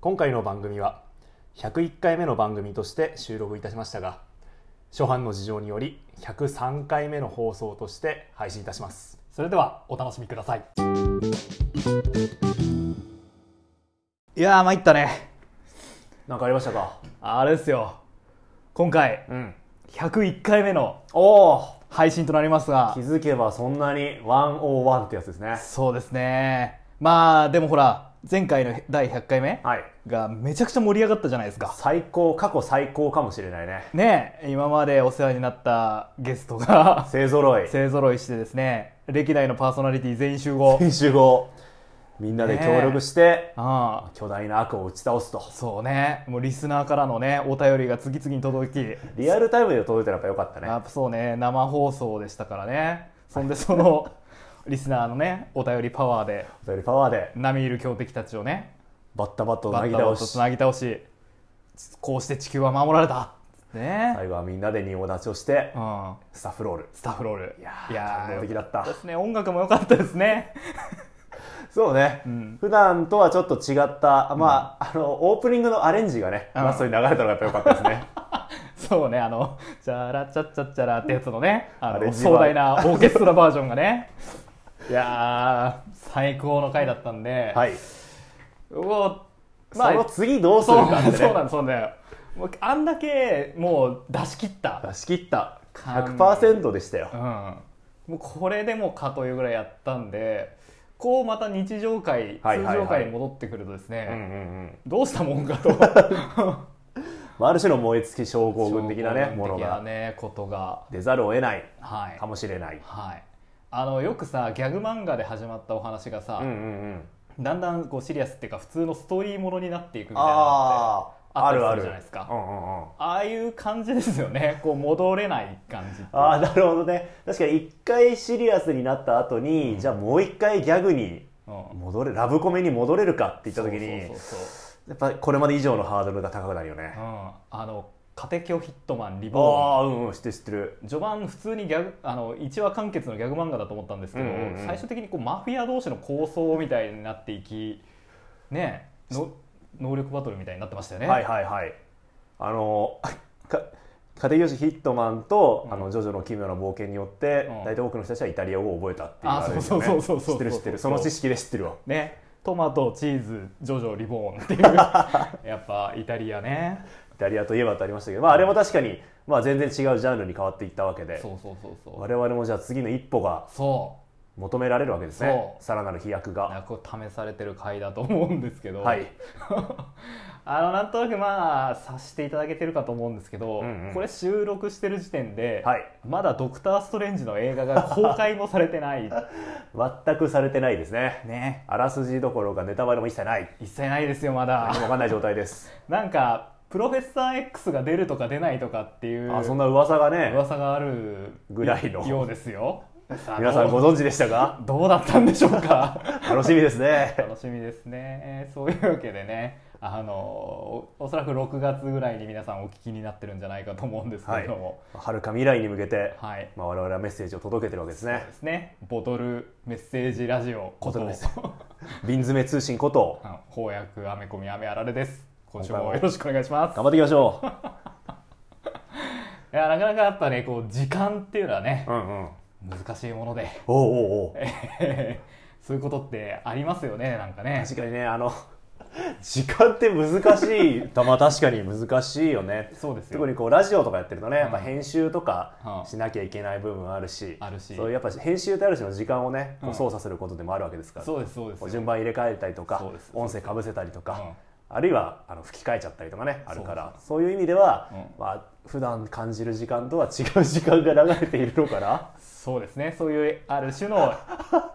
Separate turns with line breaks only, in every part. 今回の番組は101回目の番組として収録いたしましたが初版の事情により103回目の放送として配信いたします
それではお楽しみくださいいやー参ったね
何かありましたか
あれですよ今回
うん
101回目の
おお
配信となりますが
気づけばそんなに101ってやつですね
そうですねまあでもほら前回の第100回目
はい
がめちゃくちゃ盛り上がったじゃないですか
最高過去最高かもしれないね
ねえ今までお世話になったゲストが
勢ぞろい
勢ぞろいしてですね歴代のパーソナリティ全員集 合
編集後みんなで協力して、
ああ
巨大な悪を打ち倒すと
そうねもうリスナーからのねお便りが次々に届き
リアルタイムで届いたらやっぱよかったね
やっぱそうね生放送でしたからねそんでそのリスナーのねお便りパワーで
お便りパワーで
並みいる強敵たちをね
バッタバッタを
バ
な
ッ
ぎ
タバ
倒
ッタ
し
つなぎ倒しこうして地球は守られたね、
最後はみんなで仁王立ちをして、
うん、
スタッフロール
スタッフロール
いやー
いやー
感動的だった
よですね音楽も良かったですね
そうね、
ん
普段とはちょっと違った、まあ、あのオープニングのアレンジがね、
うん
ラストに流れたのがやっぱ良かったです ね
そうねあの「チャラチャッチャッチャラ」ってやつのねあ
あれ
の
自慢
壮大なオーケストラバージョンがねいやー最高の回だったんで、
はい、
うお
その次どうする
そう
か
なん
って
そう
ね
なんそうだよもうあんだけもう出し切った、
出し切った
完
100%でしたよ
うん、もうこれでもかというぐらいやったんでこうまた日常会、
はいはいはい
通常会に戻ってくるとですね、
うんうんうん
どうしたもんかと
まあ、ある種の燃え尽き症候群的なねも
消防
の
軍的な
が
ねことが
出ざるを得ない
はい
かもしれない、
はいあのよくさギャグ漫画で始まったお話がさ、
うんうんうん
だんだんこうシリアスっていうか普通のストーリーものになっていくみたいなのって
ああ
あ
あ
ったり
るあ
する
る
じゃないですか
うんうんうん
ああいう感じですよねこう戻れない感じっていうか
ああなるほどね確かに一回シリアスになった後に、じゃあもう一回ギャグに
うん
戻れラブコメに戻れるかって言った時に
そうそうそう
やっぱこれまで以上のハードルが高くなるよね
そう、うん、あの「カテキョヒットマンリ
あ
ボーン
あうんうん知ってる知ってる」
序盤普通にギャグあの1話完結のギャグ漫画だと思ったんですけど、
うんうんうん
最終的にこうマフィア同士の抗争みたいになっていきねの能力バトルみたいになってましたよね、
はいはいはいあの か家庭教師ヒットマンと、
うん
あのジョジョの奇妙な冒険によって、
うん
大体多くの人たちはイタリア語を覚えたっていう
あー
あれです
そうそうそうそう
知ってる知ってるその知識で知ってるわ
ねトマトチーズジョジョリボーン っていうやっぱイタリアね
イタリアといえばとありましたけど、まあ、あれも確かに、まあ、全然違うジャンルに変わっていったわけで
そうそうそうそう
我々もじゃあ次の一歩が
そう
求められるわけですね
そう
さらなる飛躍
なん
が
かこう試されてる回だと思うんですけど、
はい
あのなんとなくまあさしていただけてるかと思うんですけど、
うんうん
これ収録してる時点で、
はい
まだ「ドクター・ストレンジ」の映画が公開もされてない
全くされてないですね
ね
あらすじどころかネタバレも一切ない
一切ないですよまだ
何も分かんない状態です
なんかプロフェッサー X が出るとか出ないとかっていう
あそんな噂がね
噂がある
ぐらいの
ようですよ
皆さんご
あの
存知でしたか
どうだったんでしょうか
楽しみですね
楽しみですね、えーそういうわけでねあのおおそらく6月ぐらいに皆さんお聞きになってるんじゃないかと思うんですけ
は
れ
い
ども
はるか未来に向けて、
はい、
まあ、我々はメッセージを届けてるわけですね
ですねボトルメッセージラジオこ
ボトル
と
メッセ瓶詰め通信こと
あの翻訳アメコミアメあられです今週
今回
も
も
よろしくお願いします
頑張っていきましょう
いやなかなかやっぱねこう時間っていうのはね
うんうん
難しいもので
おうおうおう
そういうことってありますよねなんかね
確かにねあの 時間って難し いまあ確かに難しいよね
そうですよ
特にこうラジオとかやってるとねやっぱ
うん
編集と
う
か
ん
しなきゃいけない部分あるし,、
あるし
そういうやっぱ編集ってある種の時間をねこ
う
うん操作することでもあるわけですから、
そうですそうです
こ
よ
う順番入れ替えたりとか
そうです
音声かぶせたりとか、あるいはあの吹き替えちゃったりとかねあるから
そ
そ
う
ういう意味では、
う
まあ普段感じる時間とは違う時間が流れているのかな。
そうですねそういうある 種の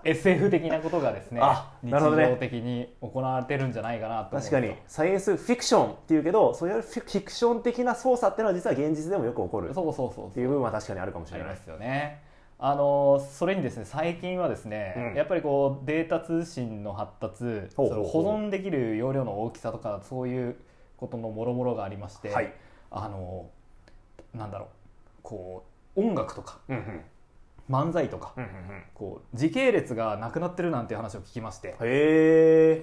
SF 的なことがですね
あ
日
なるほどね
常的に行われてるんじゃないかなと思う
確か
と
にサイエンスフィクションっていうけどそういうフィフィクション的な操作っていうのは実は現実でもよく起こるっ
そうそうそう
ていう部分は確かにあるかもし
あ
れ
り
な
ま
い
すよね。あのそれにですね最近はですね、
うん
やっぱりこうデータ通信の発達
ほうほうほう
その保存できる容量の大きさとかそういうことのもろもろがありまして、
はい
あのなんだろうこう音楽とか
うんうん
漫才とか、
うんうんうん
こう時系列がなくなってるなんて話を聞きまして、
へえ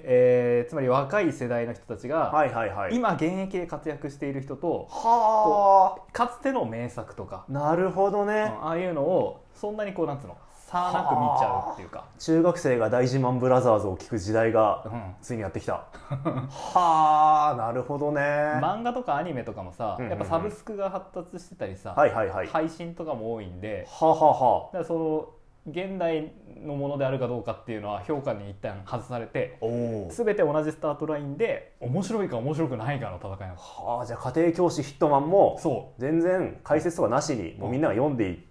えーつまり若い世代の人たちが、
はいはいはい
今現役で活躍している人と
は
かつての名作とか、
あなるほど
うん
ね
ああいうのをそんなにこうなんつうの差なく見ちゃうっていうか、
中学生が大自慢ブラザーズを聞く時代
う
が
ん、
ついにやってき たはあなるほどね
漫画とかアニメとかもさ
うんうんう
や
ん
っぱサブスクが発達してたりさ、
はいはいはいは
配信とかも多いんで
あはあはあ
だからその現代のものであるかどうかっていうのは評価に一旦外されて
おお
全て同じスタートラインで面白いか面白くないかの戦いなの
はあじゃあ家庭教師ヒットマンも
そ
全然解説とかなしにもう
うん
みんなが読んでい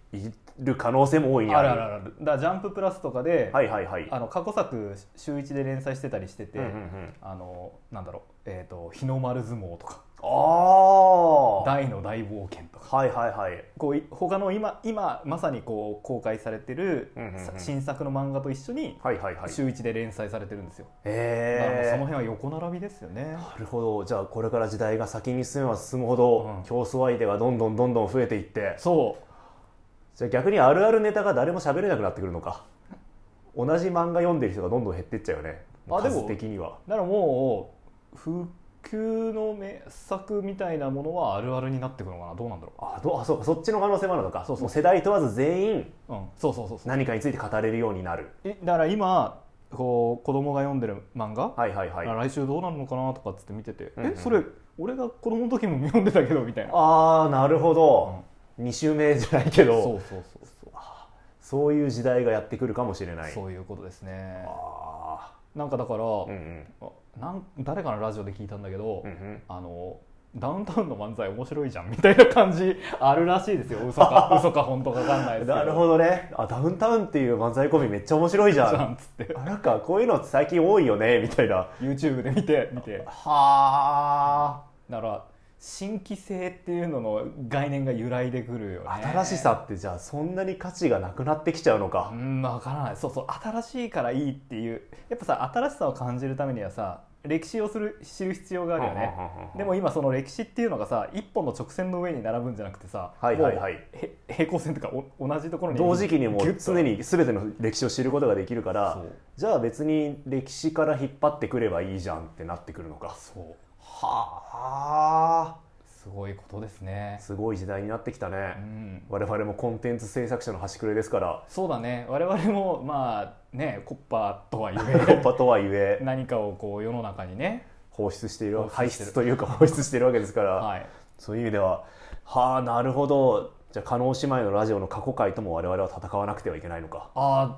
る可能性も大いうに
あ
あ
る
る
あるあるだから「ジャンププラス」とかで、
はいはいはい
あの過去作週一で連載してたりしてて、
うんうんうん
あのなんだろう、えーと「日の丸相撲」とか
ああは
「大の大冒険」とか
いはいはい
こうい他の今今まさにこう公開されてる
うんうんうん
新作の漫画と一緒に
はいはいはい
週一で連載されてるんですよ、だからもうその
ええ
辺は横並びですよね
なるほどじゃあこれから時代が先に進めば進むほど、
うん
競争相手がどんどんどんどん増えていって
そ
じゃあ逆にあるあるネタが誰も喋れなくなってくるのか同じ漫画読んでる人がどんどん減っていっちゃうよね
あでも
数的には
うだからもう普及の名作みたいなものはあるあるになってくのかなどうなんだろ
あどうあそうかそっちの可能性もあるのかそうそう世代問わず全員
う、うん、そうそうそうそう
何かについて語れるようになる
えだから今こう子供が読んでる漫画、
はいはいはい
来週どうなるのかなとかっつって見てて、
うんうん
えそれ俺が子供の時も読んでたけどみたいな
ああなるほど、2週目じゃないけどそ
そううそうそうそう、
いう時代がやってくるかもしれない
そういうことですね
あ
なんかだか
あ
ら、
うんうん
あなん誰かのラジオで聞いたんだけど、
うんうん
あのダウンタウンの漫才面白いじゃんみたいな感じあるらしいですよ嘘 か嘘か本当か分かんないですけど
なるほどねあダウンタウンっていう漫才コンビめっちゃ面白いじゃ
じゃ
ん
んっつって
あなんかこういうの最近多いよねみたいな
YouTube で見て見て
は
だから新規性っていうのの概念が由来でくるよね
新しさってじゃあそんなに価値がなくなってきちゃうのか
う、ん分からないそうそう新しいからいいっていうやっぱさ新しさを感じるためにはさ歴史をする知る必要があるよねでも今その歴史っていうのがさ一本の直線の上に並ぶんじゃなくてさ、
はいはいはい
もうへ平行線とかお同じところに
同時期にも
ギュ
う
ッと
常に全ての歴史を知ることができるか
そ
ら
う
じゃあ別に歴史から引っ張ってくればいいじゃんってなってくるのか
そう
はあ
すごいことですね、
すごい時代になってきた
う
ね、
ん、
我々もコンテンツ制作者の端くれですから
そうだね我々もまあねコッパとは言
コッ
え
パとはいえ
何かをこう世の中にね、
放出している
放
排
出してる
出というか放出しているわけですから、
はい、
そういう意味でははあなるほどじゃあ加納姉妹のラジオの過去回とも我々は戦わなくてはいけないのか
あ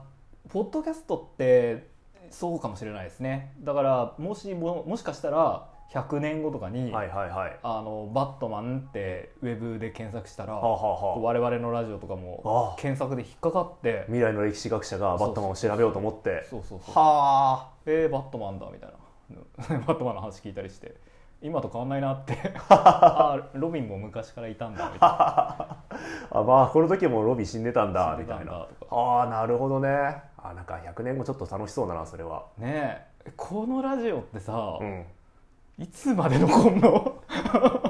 ーポッドキャストってそうかもしれないですねだからもしももしかしたら100年後とかに、
はいはいはい
あのバットマンってウェブで検索したら、
はあはあは
我々のラジオとかも
あああ
検索で引っかかって
未来の歴史学者がバットマンを調べようと思って
そうそうそう
は
えーバットマンだみたいな バットマンの話聞いたりして今と変わんないなって あーロビンも昔からいたんだみたいな
ああまあこの時もロビー死んでたんだ
死ん
み
でた
たい
んだ
な
とか
ああなるほどねあなんか100年後ちょっと楽しそうだなそれは
ねえこのラジオってさ、
うん
いつまで残んの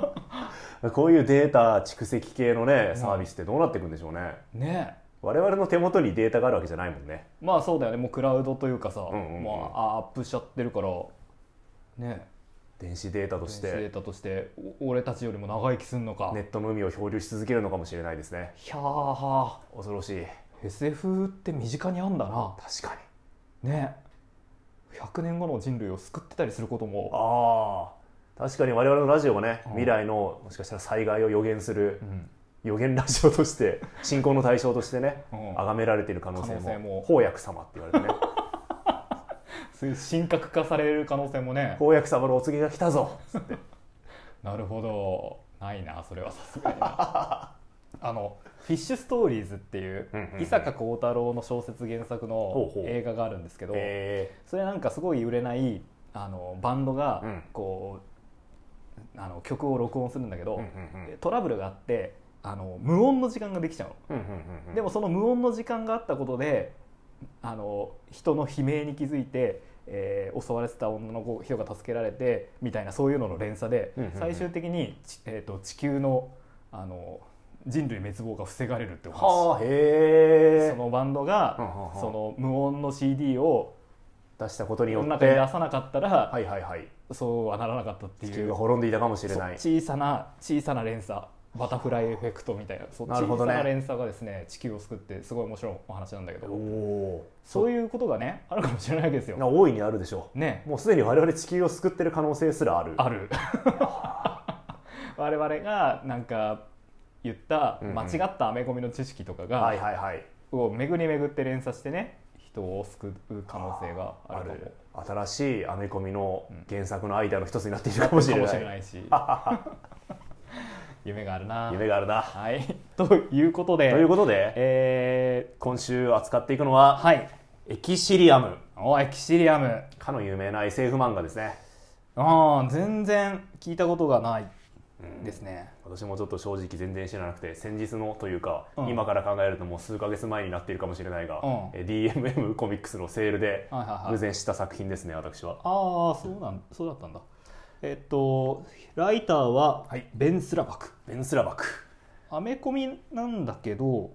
こういうデータ蓄積系のね
うん
サービスってどうなっていくんでしょうね、
ねえ
我々の手元にデータがあるわけじゃないもんね
まあそうだよねもうクラウドというかさ、
んうんうん
まあ、アップしちゃってるからね
電子データと
え
し
デー
て
タとしてお俺たちよりも長生きすんのか、
ネットの海を漂流し続けるのかもしれないですね
ひゃーは
恐ろしい
ー SF って身近にあんだな
確かに
ねえ100年後の人類を救ってたりすることも
ああ確かに我々のラジオがね
うん
未来のもしかしたら災害を予言する
うん
予言ラジオとして信仰の対象としてね
うん
崇められている可能性
可能性も
も法薬様って言わ れてね
そういう神格化される可能性もね
法薬様のお告げが来たぞ
なるほどないなそれはさすがにな あの「フィッシュストーリーズ」っていう
うんうんうん
伊坂幸太郎の小説原作の
ほうほう
映画があるんですけど
え
それなんかすごい売れないあのバンドが
うん
こうあの曲を録音するんだけど
うんうんうん
トラブルがあってあの無音の時間ができちゃうの。
うんうんうんうん
でもその無音の時間があったことであの人の悲鳴に気づいて、えー襲われてた女の子人が助けられてみたいなそういうのの連鎖で、
うんうんうん
最終的に、ちえー、と地球のあの人類滅亡が防がれるってお話、
はあへえ
そのバンド
うん
が、
うんうん
その無音の CD を
出したことに
世
よ
の
っ
中に
て
出
は
さなかったら、
いはいはい
そうはならなかったって
地
い
球
う
が滅んでいたかもしれない
そう小さな小さな連鎖バタフライエフェクトみたいなそう
なるほどね
小さな連鎖がですね地球を救ってすごい面白いお話なんだけ
お
ど
お
そういうことがねあるかもしれないわけですよ。
な大いにあるでしょ
ね
うもうすでに我々地球を救ってる可能性すらある
ある我々がなんか言った
うんうん
間違ったアメコミの知識とかが、
はいはいはい
を巡り巡って連鎖してね人を救う可能性があるかも
新しいアメコミの
うん
原作のアイデアの一つになっているかもしれ
か
な
も
い
しれないし夢があるな。
夢があるな
はい、ということで
ということで
え
今週扱っていくの
ー
は
はい
エキシリアム
おエキシリアム
かの有名な SF 漫画ですね
あー全然聞いたことがないですね、
私もちょっと正直全然知らなくて先日のというか、
うん
今から考えるともう数ヶ月前になっているかもしれないが、
うん
え DMM コミックスのセールで
はいはいはい
偶然知った作品ですね私は
ああそうなんそうだったんだえっとライターはベン・スラバク、
ベンスラバク
アメコミなんだけど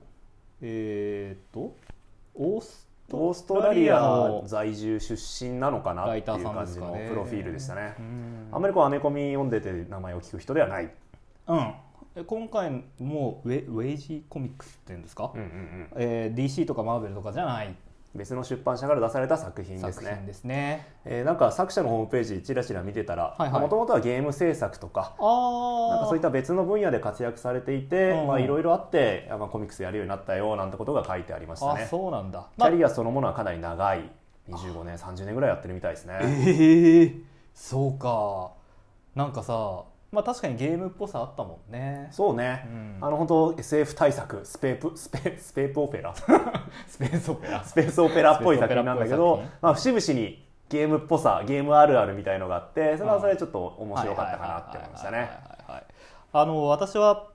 えーっとオース
オーストラリア在住出身なのかなっていう感じの
ライターさんですかね
プロフィールでしたね
うん
あんまりこうアメコミ読んでて名前を聞く人ではない、
うんで今回もウェウェイジコミックスっていうんですか、
うんうんうん
えー DC とかマーベルとかじゃない
別の出版社から出された作品です
作品
ね
ですね
えーなんか作者のホームページちらちら見てたら
はいはい
もともとはゲーム制作とか
ああ
なんかそういった別の分野で活躍されていて、
うん
まあいろいろあって、まあ、コミックスやるようになったよなんてことが書いてありました
あ
ね。
そうなんだ、
キャリアそのものはかなり長い、25年、30年ぐらいやってるみたいですね。
ええそうかなんかさまあ確かにゲームっぽさあったもんね
そうね、
うん
あの本当 SF 対策スペープスペスペープオペラ
スペースオペラ
スペースオペラっぽい作品なんだけ
ス
ど
ペースオペラっぽい作、
まあ、節々にゲームっぽさゲームあるあるみたいのがあってそれはそれでちょっと面白かったかなって思いました
は
ね
いはい。はいはいはいあの私は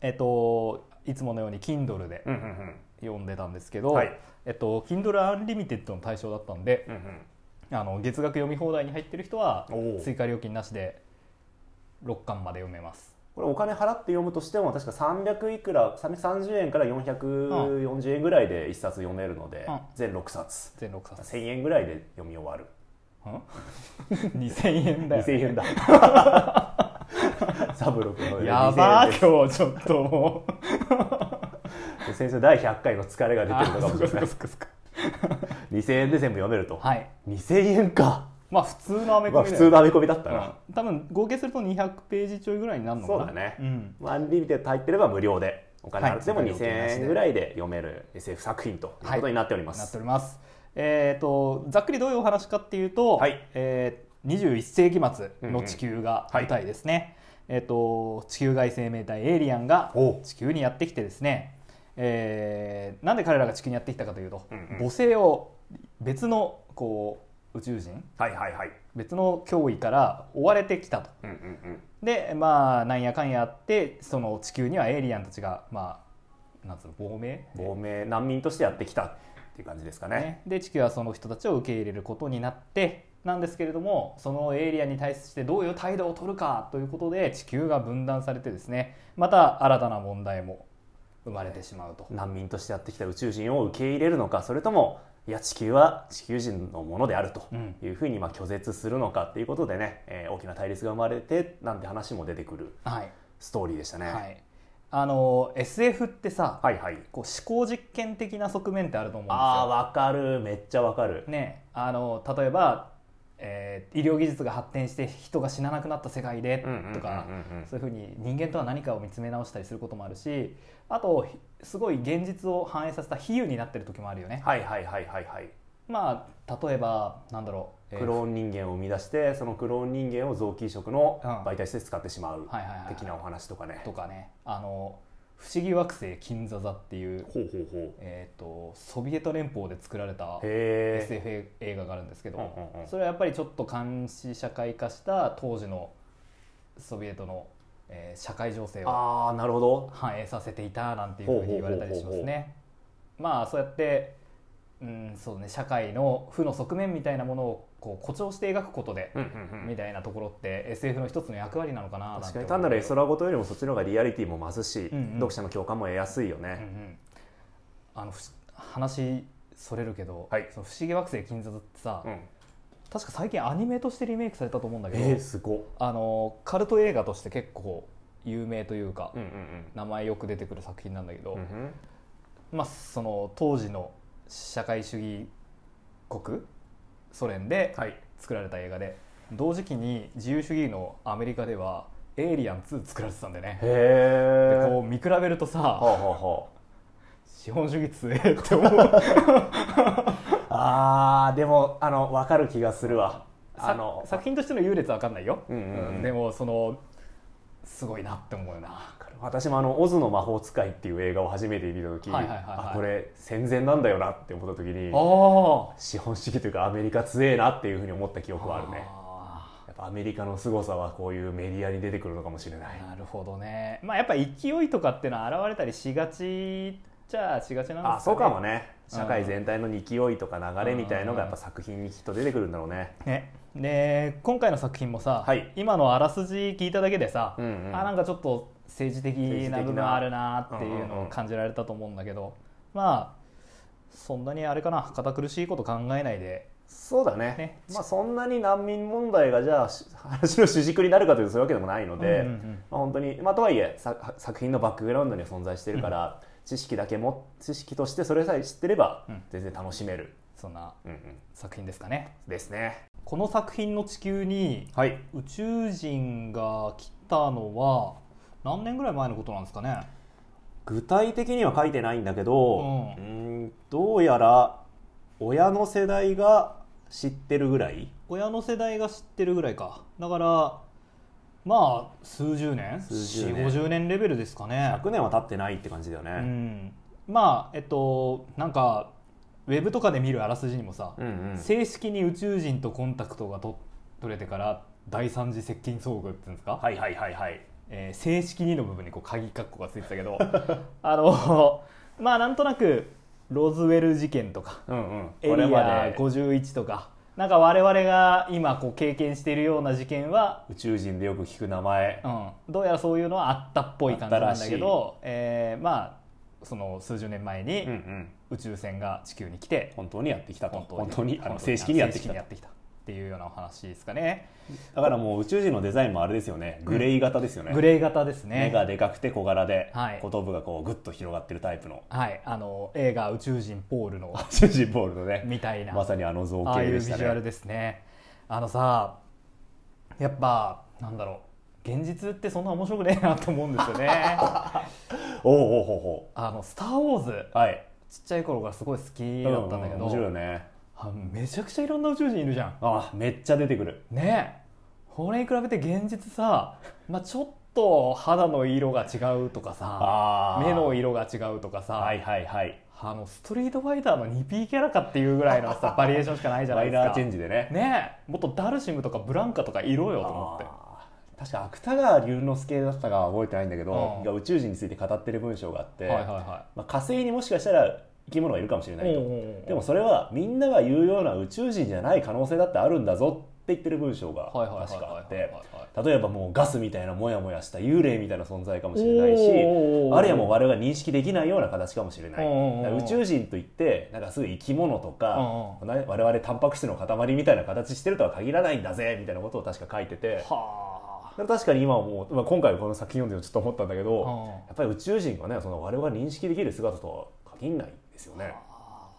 えっといつものように Kindle で
うんうんうん
読んでたんですけど、
はい
えっと Kindle Unlimited の対象だったんで
うんうん
あの月額読み放題に入ってる人は
おう
追加料金なしで6巻まで読めます
これお金払って読むとしても確か300いくら330円から440円ぐらいで1冊読めるので、
うん
全6冊
全6冊
1000円ぐらいで読み終わる、
ん2000円だよね
2000円だ サブロクの
や
2000
ば
円
ー今日ちょっともう
です先生第100回の疲れが出てるのかもしれない
そっかそっか
2000円で全部読めると、
そっかはい
2000円か、
まあ普通のアメ
ま
コ
あ、普
ミだ
通
よ、
のアメコミだった
うん
ら、
多分合計すると200ページちょいぐらいになるのかな
そうだね
ん
まあ、アンリミテッド入ってれば無料でお金払っても
はい
2000円ぐらいで読める SF 作品ということになっておりま
なって
す、
おりますえっ、とざっくりどういうお話かっていうと、
はい
えー21世紀末の地球が舞台ですね、えっ、と地球外生命体エイリアンが
おう
地球にやってきてですね、えーなんで彼らが地球にやってきたかというと、
うんうん
母性を別のこう宇宙人
はいはいはい
別の脅威から追われてきたと
うんうん
でまあなんやかんやあってその地球にはエイリアンたちがまあなんつうの亡命、
うん亡命難民としてやってきたっていう感じですかね
ね、で地球はその人たちを受け入れることになってなんですけれどもそのエイリアンに対してどういう態度を取るかということで地球が分断されてですねまた新たな問題も生まれてしまうと。
難民としてやってきた宇宙人を受け入れるのかそれともいや地球は地球人のものであると
うん
いうふうにまあ拒絶するのかっていうことでね、えー大きな対立が生まれてなんて話も出てくる
はい
ストーリーでしたね。
はい、あの SF ってさ、
はい、はい
こう思考実験的な側面ってあると思うんですよ。
ああわかるめっちゃわかる。
ね、あの例えば、えー医療技術が発展して人が死ななくなった世界で
うんうんうんうんうん
とかそういうふうに人間とは何かを見つめ直したりすることもあるしあとひすごい現実を反映させた比喩になってる時もあるよね。
はいはいはいはいはい。
まあ、例えばなんだろう、えー
クローン人間を生み出してそのクローン人間を臓器移植の
うん
媒体として使ってしまう
はいはいはいはい
的なお話とかね。
とかねあの「不思議惑星金座座」っていう、
ほうほうほう。
えー、とソビエト連邦で作られた
へえ。
SF 映画があるんですけど、
うんうんうん
それはやっぱりちょっと監視社会化した当時のソビエトの、えー社会情勢を
ああなるほど。
反映させていたなんていうふうに言われたりしますね。まあそうやってうんそうね社会の負の誇面みたいなものをこう誇張して描くことで、
うんうんうん
みたいなところって SF の一つの役割なのかななんて
確かに単なる絵
思う
空事よりもそっちの方がリアリティも増すし、
うんうん
読者の共感も得やすいよ
うんう
ね、
んあのふし話それるけど、
はい
その不思議惑星金座ってさ、
うん
確か最近アニメとしてリメイクされたと思うんだけど、
えー、すごっ
あのカルト映画として結構有名というか、
うんうん
名前よく出てくる作品なんだけど、
うんうん
まあ、その当時の社会主義国ソ連で
はい
作られた映画で、同時期に自由主義のアメリカでは「エイリアン2」作られてたんでね
へ。え
でこう見比べると
はあ、は
さ
あは
資本主義強えって思う
あ、あーでもあの分かる気がするわ あ
あ
の
の作品としての優劣は分かんないよ、
うんうんうん
でもそのすごいなって思うよな
私もあの「オズの魔法使い」っていう映画を初めて見た時、
はいはいはいはい
あこれ戦前なんだよなって思った時に
あ
資本主義というかアメリカ強えなっていうふうに思った記憶はあるね
あ
やっぱアメリカの凄さはこういうメディアに出てくるのかもしれない
ーなるほどねまあやっぱ勢いとかっていうのは現れたりしがちじゃあしがちなんですか、ね、
あそうかもね社会全体の勢いとか流れみたいのがやっぱ作品にきっと出てくるんだろうね
ねで今回の作品もさ、
はい
今のあらすじ聞いただけでさ、
うんうん
あなんかちょっと政治的な部分あるなっていうのを感じられたと思うんだけど、まあそんなにあれかな堅苦しいこと考えないで
そうだね
ね
まあそんなに難民問題がじゃあし話の主軸になるかというとそういうわけでもないので、
うんうんうん
まあ、本当に、まあ、とはいえさ作品のバックグラウンドには存在してるから、知識だけも知識としてそれさえ知ってれば
うん
全然楽しめる、
そんな
うんうん
作品ですかね
ですね
この作品の地球に
はい
宇宙人が来たのは何年ぐらい前のことなんですかね
具体的には書いてないんだけど、
う
うんどうやら親の世代が知ってるぐらい
親の世代が知ってるぐらいかだからまあ数十年
数十
4
年
五5 0年レベルですかね
100年は経ってないって感じだよ
う
ね、
んまあえっとなんかウェブとかで見るあらすじにもさ、
うんうん
正式に宇宙人とコンタクトがと取れてから第三次接近遭遇っていうんですか、
はいはいはいはい
えー正式にの部分にこう鍵括弧がついてた けどあのまあなんとなくロズウェル事件とか
うんうん
エリ
これま
ア
で
51とかなんか我々が今こう経験しているような事件は、
宇宙人でよく聞く名前
うん、どうやらそういうのはあったっぽい感じなんだけど、えーまあその数十年前に
うんうん
宇宙船が地球に来て、
本当にやってきたと
本
本
当
当
に
にあの正式にやってきた
正
と
ってきたっていうようなお話ですかね
だからもう宇宙人のデザインもあれですよねグレイ型ですよね、
グレー型ですね
目がでかくて小柄で、
はい
後頭部がこうグッと広がってるタイプの
はいあの映画「宇宙人ポー ル」の
宇宙人ボールのね
みたいな
まさにあの造
ああ
形
いう
で
ビ
した
ジュア
ね
ルですねあのさやっぱなんだろう現実ってそんな面白くねえなと思うんですよねあ
おうおうほうほ
の「スター・ウォーズ
うはい」
ちっちゃい頃からすごい好き
うん
だ
う
っ
ん
たんだけど、
面白いよね
あめちゃくちゃいろんな宇宙人いるじゃん
あめっちゃ出てくる
ねえこれに比べて現実さ、まあ、ちょっと肌の色が違うとかさ
あー
目の色が違うとかさ、
はいはいはい
あのストリートファイターの 2P キャラかっていうぐらいの さバリエーションしかないじゃな
マ
い
イ
ですか
ナーチェンジでね
ねえもっとダルシムとかブランカとかいろよと思って
あー確か芥川龍之介だったかは覚えてないんだけど
う、ん
が宇宙人について語ってる文章があって、
はいはいは
まあ、火星にもしかしたら生き物がいるかもしれない
い
と、
おうおうおう
でもそれはみんなが言うような宇宙人じゃない可能性だってあるんだぞって言ってる文章が
はいはいはい
確かあっ
はい
て
はいはい
例えばもうガスみたいなモヤモヤした幽霊みたいな存在かもしれないし
おーおーおー
あるいはもう我々が認識できないような形かもしれない
おーおーおー
だから宇宙人といってなんかすぐ生き物とか
う
な我々タンパク質の塊みたいな形してるとは限らないんだぜみたいなことを確か書いてて。
は
だから確かに今はもう、まあ、今回この作品読んでちょっと思ったんだけど、
うん
やっぱり宇宙人がねその我々が認識できる姿とは限らないですよね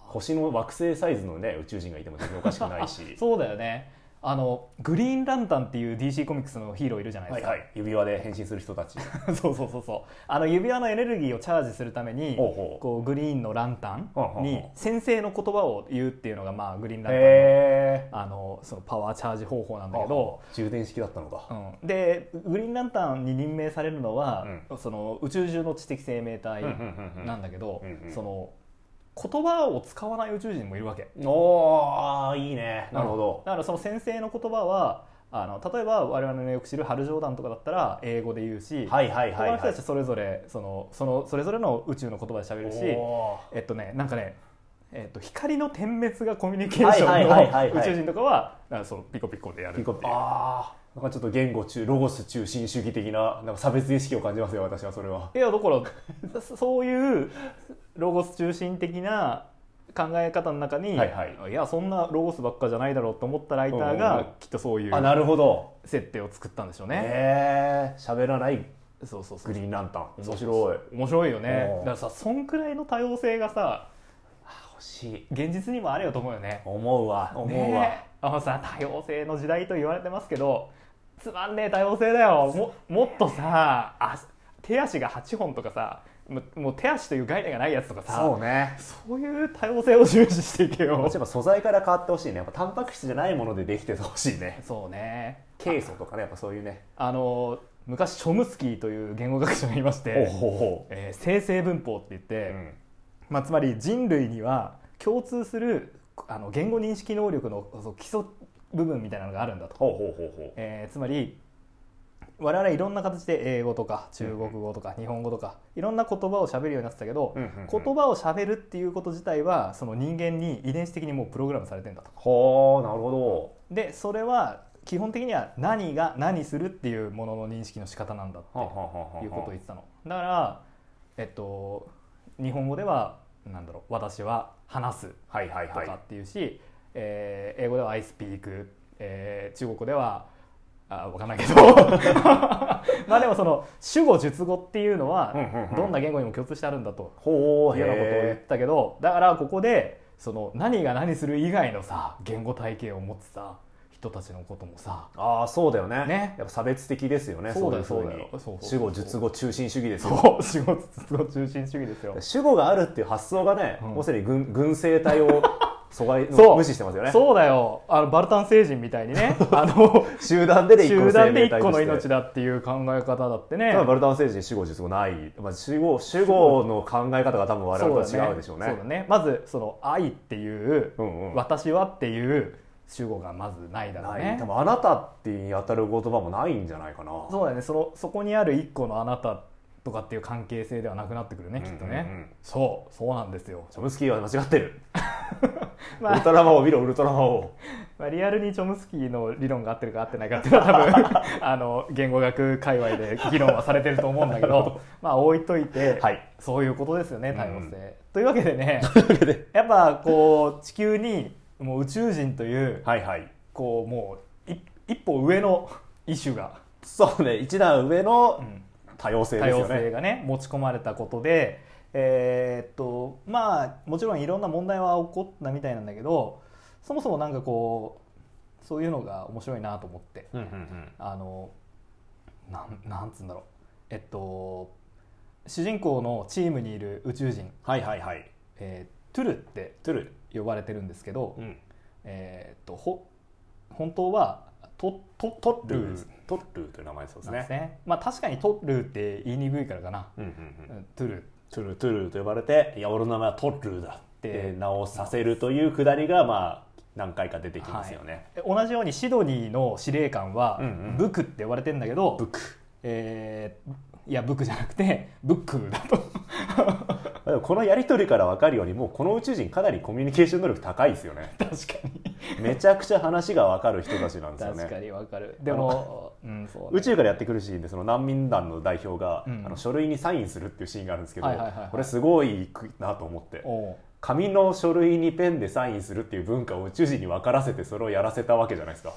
星の惑星サイズのね宇宙人がいても全然おかしくない し
あそうだよねあのグリーンランタンっていう DC コミックスのヒーローいるじゃないで
は
す
い
か、
はい、指輪で変身する人たち
そうそうそうそうあの指輪のエネルギーをチャージするために
ほうほう
こうグリーンのランタン
ほうほうほう
に先生の言葉を言うっていうのがまあグリーンランタンの
へえ
あのそのパワーチャージ方法なんだ
だ
け
けど
ど、
充電式だったのか、
うん、でグリーンランタンに任命されるのは、その宇宙中の知的生命体
うんうんうんうん
なんだけど、
うんうん
その言葉を使わない宇宙人もいるわけ。
おーいいねなるほ
うん
ど、
だからその先生の言葉はあの例えば我々のよく知るハル・ジョーダンとかだったら英語で言うし、
はいはいはい
他の人
は
た
い
ちはそれぞれそのそのそれぞれの宇宙の言葉で喋るし、
おー
えっとねなんかねえっと光の点滅がコミュニケーショ
は
ン
いはいはいはい
の
は
宇
い
宙人とかはなんかそのピコピコでやるっていう
ああなんかちょっと言語中ロゴス中心主義的ななんか差別意識を感じますよ私はそれはい
やだからそそういうロゴス中心的な考え方の中に、
はいはい
やそんなロゴスばっかじゃないだろうと思ったライター
うんうんうん
がきっとそうい
あな
う
るほど
設定を作ったんでしょうね。
ええ喋らない
そうそうそ
グ
う
リーンランタン
そう
面白い
面白いよね
うん
だからさそんくらいの多様性がさ
欲しい
現実にもあれよと思うよね。
思うわ思うわ、
ねえあのさ多様性の時代と言われてますけどつまんねえ多様性だよももっとさあ手足が8本とかさもうもう手足という概念がないやつとかさ
そうね
そういう多様性を重視してい け
例
よ
え。ば素材から変わってほしいねやっぱタンパク質じゃないものでできててほしい ね
そうね。
ケイ素とかねやっぱそういうね
あの昔ショムスキーという言語学者がいまし
ほう
て、
ほうほ
えー生成文法って言っ
う、
て、
うん
まあつまり人類には共通するあの言語認識能力のそう基礎部分みたいなのがあるんだと。
ほうほうほうほう
えーつまり我々いろんな形で英語とか中国語とか日本語とかいろんな言葉を喋るようになってたけど、
うんうんうん
言葉を喋るっていうこと自体はその人間に遺伝子的にもうプログラムされてんだと。
ほうなるほ
でそれは基本的には何が何するっていうものの認識の仕方なんだっ
どはあは
て
あはあはあ
いうことを言ってたのだからえっと日本語ではなんだろう私は話す
はいはい
と
はい
かっていうし、えー英語では I speak、えー中国語ではあわかんないけ どまあでもその主語述語っていうのは
うんうんうん
どんな言語にも共通してあるんだと
ほう
いうようなことを言っ
へ
たけどだからここでその何が何する以外のさ言語体系を持つさ人たちのこともさ
ーああそうだよね
ね
やっぱ差別的ですよね
そうだよ
そういうふう
そうだよそうそう
に
そう
主語述語中心主義ですよ
そう仕事術語中心主義ですよ。
主語があるっていう発想がね、
うん
もうすでに軍 軍政体を阻害
そう
無視してますよね
そうだよあのバルタン星人みたいに ねあの
集団でで一個の
集
生
団で
命
一
体
個の
として
命だっていう考え方だって
多
ね
分バルタン星人主語述語ない、まあ、主語主語の考え方が多分我々とは違うでしょうね
そうだねまずその「愛」っていう
う
「
んうん
私は」っていう主語がまずないだろう
ない
ね
多分あなたってに当たる言葉もないんじゃないかな
そうだねそのそこにある一個の「あなた」とかっていう関係性ではなくなってくるねきっとね、
うんうんうん
そうそうなんですよ、
チョムスキーは間違って る、
ま
ウル
あ
トラマンを見ろウルトラマンを
まあ、リアルにチョムスキーの理論が合ってるか合ってないかっていうのは 多分あの言語学界隈で議論はされてると思うんだ けどまあ置いといて、
はい
そういうことですよね多様性、
うん
というわけでねやっぱこう地球にもう宇宙人という
はいはい
こうもうい一歩上のイシュが、
そうね一段上の
うん
多様性
多
です
様
よ
性
ね
がね持ち込まれたことでえーっとまあもちろんいろんな問題は起こったみたいなんだけどそもそもなんかこうそういうのが面白いなと思って
うんうんうん
あのなんなんつうんだろうえっと主人公のチームにいる宇宙人、
はいはいはい
えートゥルって
トゥル、
呼ばれてるんですけど、
ん、
えーっとほ本当はトトトッルー
ルートッルーという名前そうです
なん
ね
ですねまあ確かにトッルーって言いにくいからかな、
うんうんうん
トゥルー
トゥルトゥルと呼ばれて「いや俺の名前はトッルーだ」って
で
名をさせるというくだりがまあ何回か出てきますよね、
同じようにシドニーの司令官は
うんうん
ブクって呼ばれてんだけど、
ブック
えーいやブクじゃなくてブックだと
でもこのやり取りから分かるようにもうこの宇宙人かなりコミュニケーション能力高いですよ ね
確かに
めちゃくちゃ話が分かる人たちなんですよ
確か
ね
にわかるでも、うんそうね
宇宙からやってくるシーンでその難民団の代表が、
うん
あの書類にサインするっていうシーンがあるんですけど、
はいはいはいはい
これすごいなと思って
おう
紙の書類にペンでサインするっていう文化を宇宙人に分からせてそれをやらせたわけじゃないですか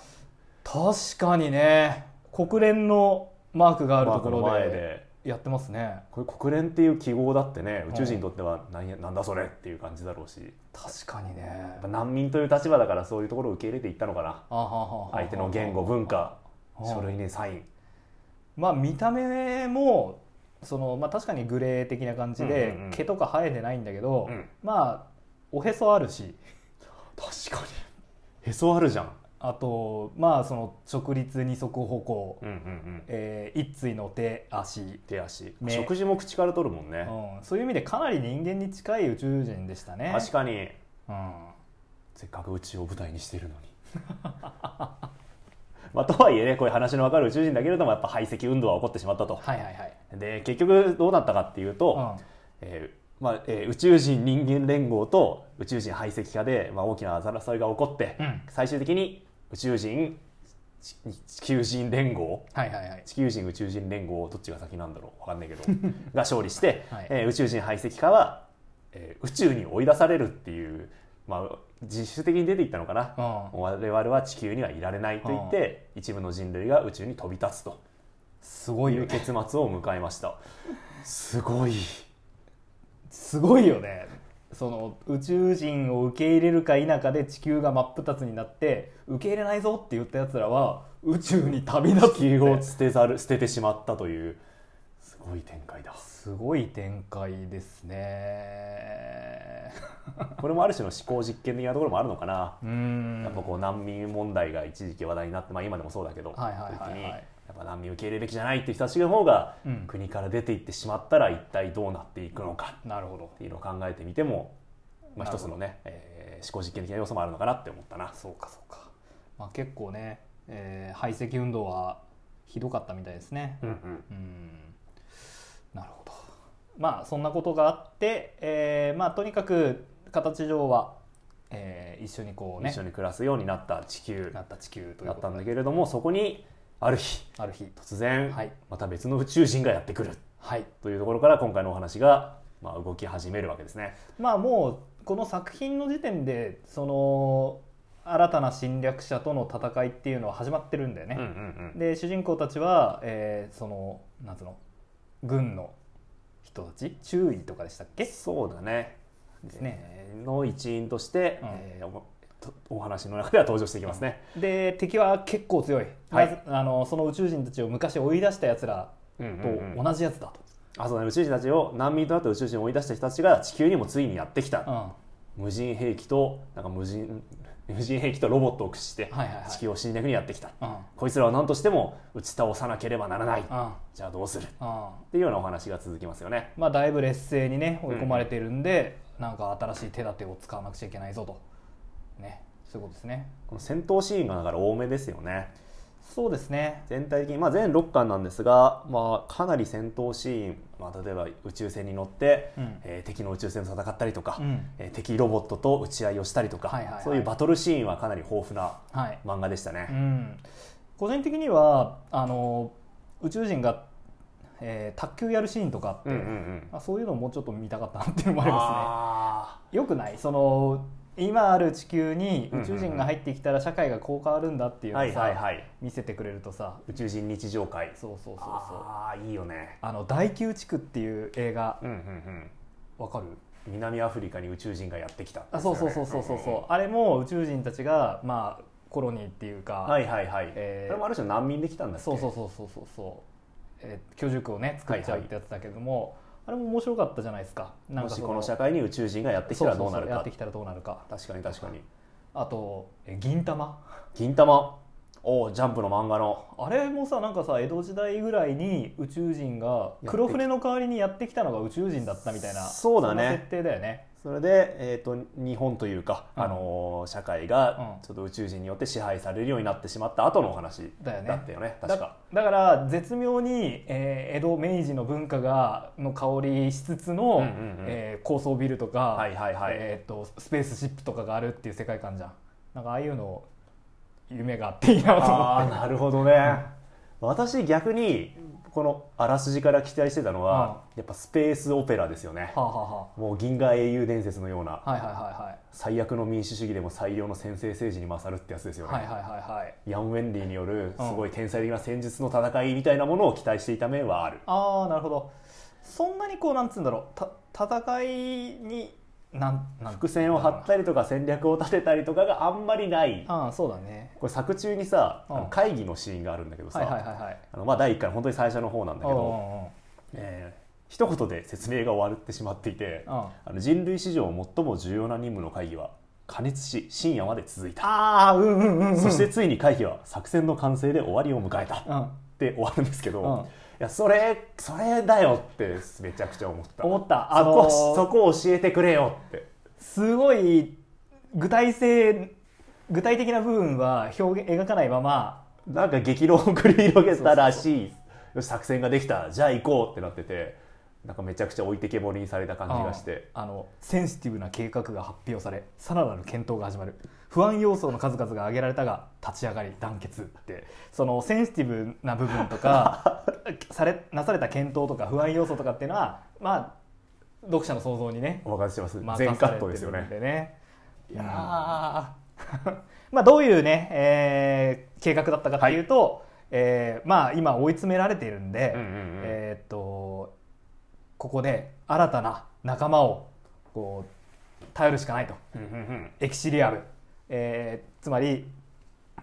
確かにね国連のマークがあると
マー
ころ
クの前
で
で
やってますね
これ国連っていう記号だってね宇宙人にとっては何やなんだそれっていう感じだろうしや
確かにね
っぱ難民という立場だからそういうところを受け入れていったのかな
あははは
相手の言語文化
うん
書類にサイン
まあ見た目もその、まあ、確かにグレー的な感じで、
うんうんうん
毛とか生えてないんだけど、
うん
まあおへそあるし
確かにへそあるじゃん
あとまあその直立二足歩行、
うんうんうん
えー一対の手足、うん、
手足
ね
食事も口から取るもんね
そういう意味でかなり人間に近い宇宙人でしたね
確かに
うん
せっかく宇宙を舞台にしてるのに まあ、とはいえねこういう話の分かる宇宙人だけれどもやっぱ排斥運動は起こってしまったと
はいはいはい、
で結局どうなったかっていうと、
うん
えーまあえー宇宙人人間連合と宇宙人排斥化で、まあ、大きな争いが起こって、
うん
最終的に宇宙人ち地球人連合
はいはいはい
地球人宇宙人連合どっちが先なんだろうわかんない けどが勝利して、
はい
えー宇宙人排斥化は、えー宇宙に追い出されるっていう、まあ、実質的に出ていったのかな、
うん
我々は地球にはいられないと言って、一部の人類が宇宙に飛び立つと
すごい
い
よ
う
ね
結末を迎えましたすごい
すごいよねその宇宙人を受け入れるか否かで地球が真っ二つになって受け入れないぞって言ったやつらは宇宙に旅立つっ
地
て
球を捨てざる捨ててしまったというすごい展開だ
すごい展開ですね
これもある種の思考実験的なところもあるのかな
うーん
やっぱこう難民問題が一時期話題になって、まあ、今でもそうだけど、
はいはいはいはい
時にやっぱ難民受け入れるべきじゃないっていう人たちの方が、
うん
国から出ていってしまったら一体どうなっていくのか
なるほど
っていうのを考えてみても、まあ、
なる
一
ほ
つ
ど
のね、えー思考実験的な要素もあるのかなって思ったなそうかそうか
まあ、結構ね、えー排斥運動はひどかったみたいですね。
うんうん
うんなるほど。まあそんなことがあって、えーまあ、とにかく形上は、えー一緒にこうね
一緒に暮らすようになった地球
なった地球という
だ
こ
っ
と
たんだ
で
けれどもそこにある日
ある日
突然、
はい
また別の宇宙人がやってくる
はい
というところから今回のお話が、まあ、動き始めるわけですね。
まあもうこの作品の時点でその新たな侵略者との戦いっていうのは始まってるんだよね。
うんうん
で主人公たちは、えーそのなんつうの軍の人たち中尉とかでしたっ
う
け
ん、そうだね
ですね。
えーの一員として、
うん
えーおとお話の中では登場していきますね。
で敵は結構強い、
はい
まずあのその宇宙人たちを昔追い出したやつら
うん
と
うんうん
同じやつだと、
あそうだね、宇宙人たちを難民となった宇宙人を追い出した人たちが地球にもついにやってき
うん
た無人兵器となんか無人 無人兵器とロボットを駆使して
はいはいはい
地球を侵略にやってきた、
うん
こいつらは何としても打ち倒さなければならない、
うん
じゃあどうするっ
うん
ていうようなお話が続きますよね。
まあだいぶ劣勢にね追い込まれてるんで、なんか新しい手立てを使わなくちゃいけないぞとねそういうことですね
この戦闘シーンがだから多めですよね。
そうですね
全体的に、まあ、全6巻なんですが、まあ、かなり戦闘シーン、まあ、例えば宇宙船に乗って、
うん
えー敵の宇宙船と戦ったりとか、
うん
えー敵ロボットと打ち合いをしたりとか、
はいはいはい
そういうバトルシーンはかなり豊富な
はい、
漫画でした
う
ね。
ん、個人的にはあの宇宙人が、えー卓球やるシーンとかあって、
うんうんうん
あそういうのをもうちょっと見たかったなっていうのもあります
あ
ねよくないその今ある地球に宇宙人が入ってきたら社会がこう変わるんだって
り
いうの
は
を
い
さ、
はいはい。
見せてくれるとさ
宇宙人日常会。
そうそうそうそう
ああ、いいよね。
あの「大宮地区」っていう映画
うんうんうん。
わかる
南アフリカに宇宙人がやってきたんで
あ
すよ
そう
ね、
そうそうそうそうそ
ん
うん
ん
あれも宇宙人たちがまあコロニーっていうか、
はいはいはい。
えー
これもある種難民できたんだっけ
そうそうそうそうそうそう、えー居住区をね作っちゃうってやつだけども、あれも面白かったじゃないですかなん
も
かそ
しこの社会に宇宙人がやってきたらどうなる
そそそや
か
って。きたらどうなるか
確かに確かに。
あと、えー銀玉
銀玉おうジャンプの漫画の
あれもさなんかさ江戸時代ぐらいに宇宙人が黒船の代わりにやってきたのが宇宙人だったみたいな
そうだね
んな設定だよね
それで、えー、と日本というか、
うん
あのー社会
う
が
ん
ちょっと宇宙人によって支配されるようになってしまった後のお話
だよね
だったよね
だ
確か
だから絶妙に、えー江戸明治の文化がの香りしつつの、
うんうんうん
えー高層ビルとか、
はいはいはい、
えー、とスペースシップとかがあるっていう世界観じゃんなんかああいうのを夢があっていいなと
ああ
思って
なるほどね、私逆にこのあらすじから期待してたのは、やっぱスペースオペラですよね、
はあ、はあは
もう銀河英雄伝説のような
あ、はいはいは
最悪の民主主義でも最良の先制政治に勝るってやつですよ
い
ね、
はいはいはいはいはい
ヤン・ウェンリーによるすごい天才的な戦術の戦いみたいなものを期待していた面はある、
ああなるほどそんなにこうなんつうんだろうた戦いになんなん
伏線を張ったりとか戦略を立てたりとかがあんまりない
ああそうだね
これ作中にさあ
うん
の会議のシーンがあるんだけどさ、
はいはいはいはい
あのまあ、第1回の本当に最初の方なんだけど、えー一言で説明が終わってしまっていて、
うんうんうん
あの人類史上最も重要な任務の会議は加熱し深夜まで続いた、
ああうんうんうんうん
そしてついに会議は作戦の完成で終わりを迎えたっ
うん
て終わるんですけど、
うん
いやそれそれだよってめちゃくちゃ思った
思ったあ
あ
の
のそこを教えてくれよって
すごい具体性具体的な部分は表現描かないまま
なんか激論を繰り広げたらしい作戦ができたじゃあ行こうってなっててなんかめちゃくちゃ置いてけぼりにされた感じがして
あのセンシティブな計画が発表されさらなる検討が始まる不安要素の数々が挙げられたが立ち上がり団結ってそのセンシティブな部分 とかされなされた検討とか不安要素とかっていうのはまあ読者の想像にね
お任せします
任され
全
て
カットですよ
るん
ね
でねいやー
うん
まあどういうね、えー計画だったかっていうと、えーまあ今追い詰められているんで、
うんうんうん
えーっとここで新たな仲間をこう頼るしかないと
うんうんうん
エキシリアル、えーつまり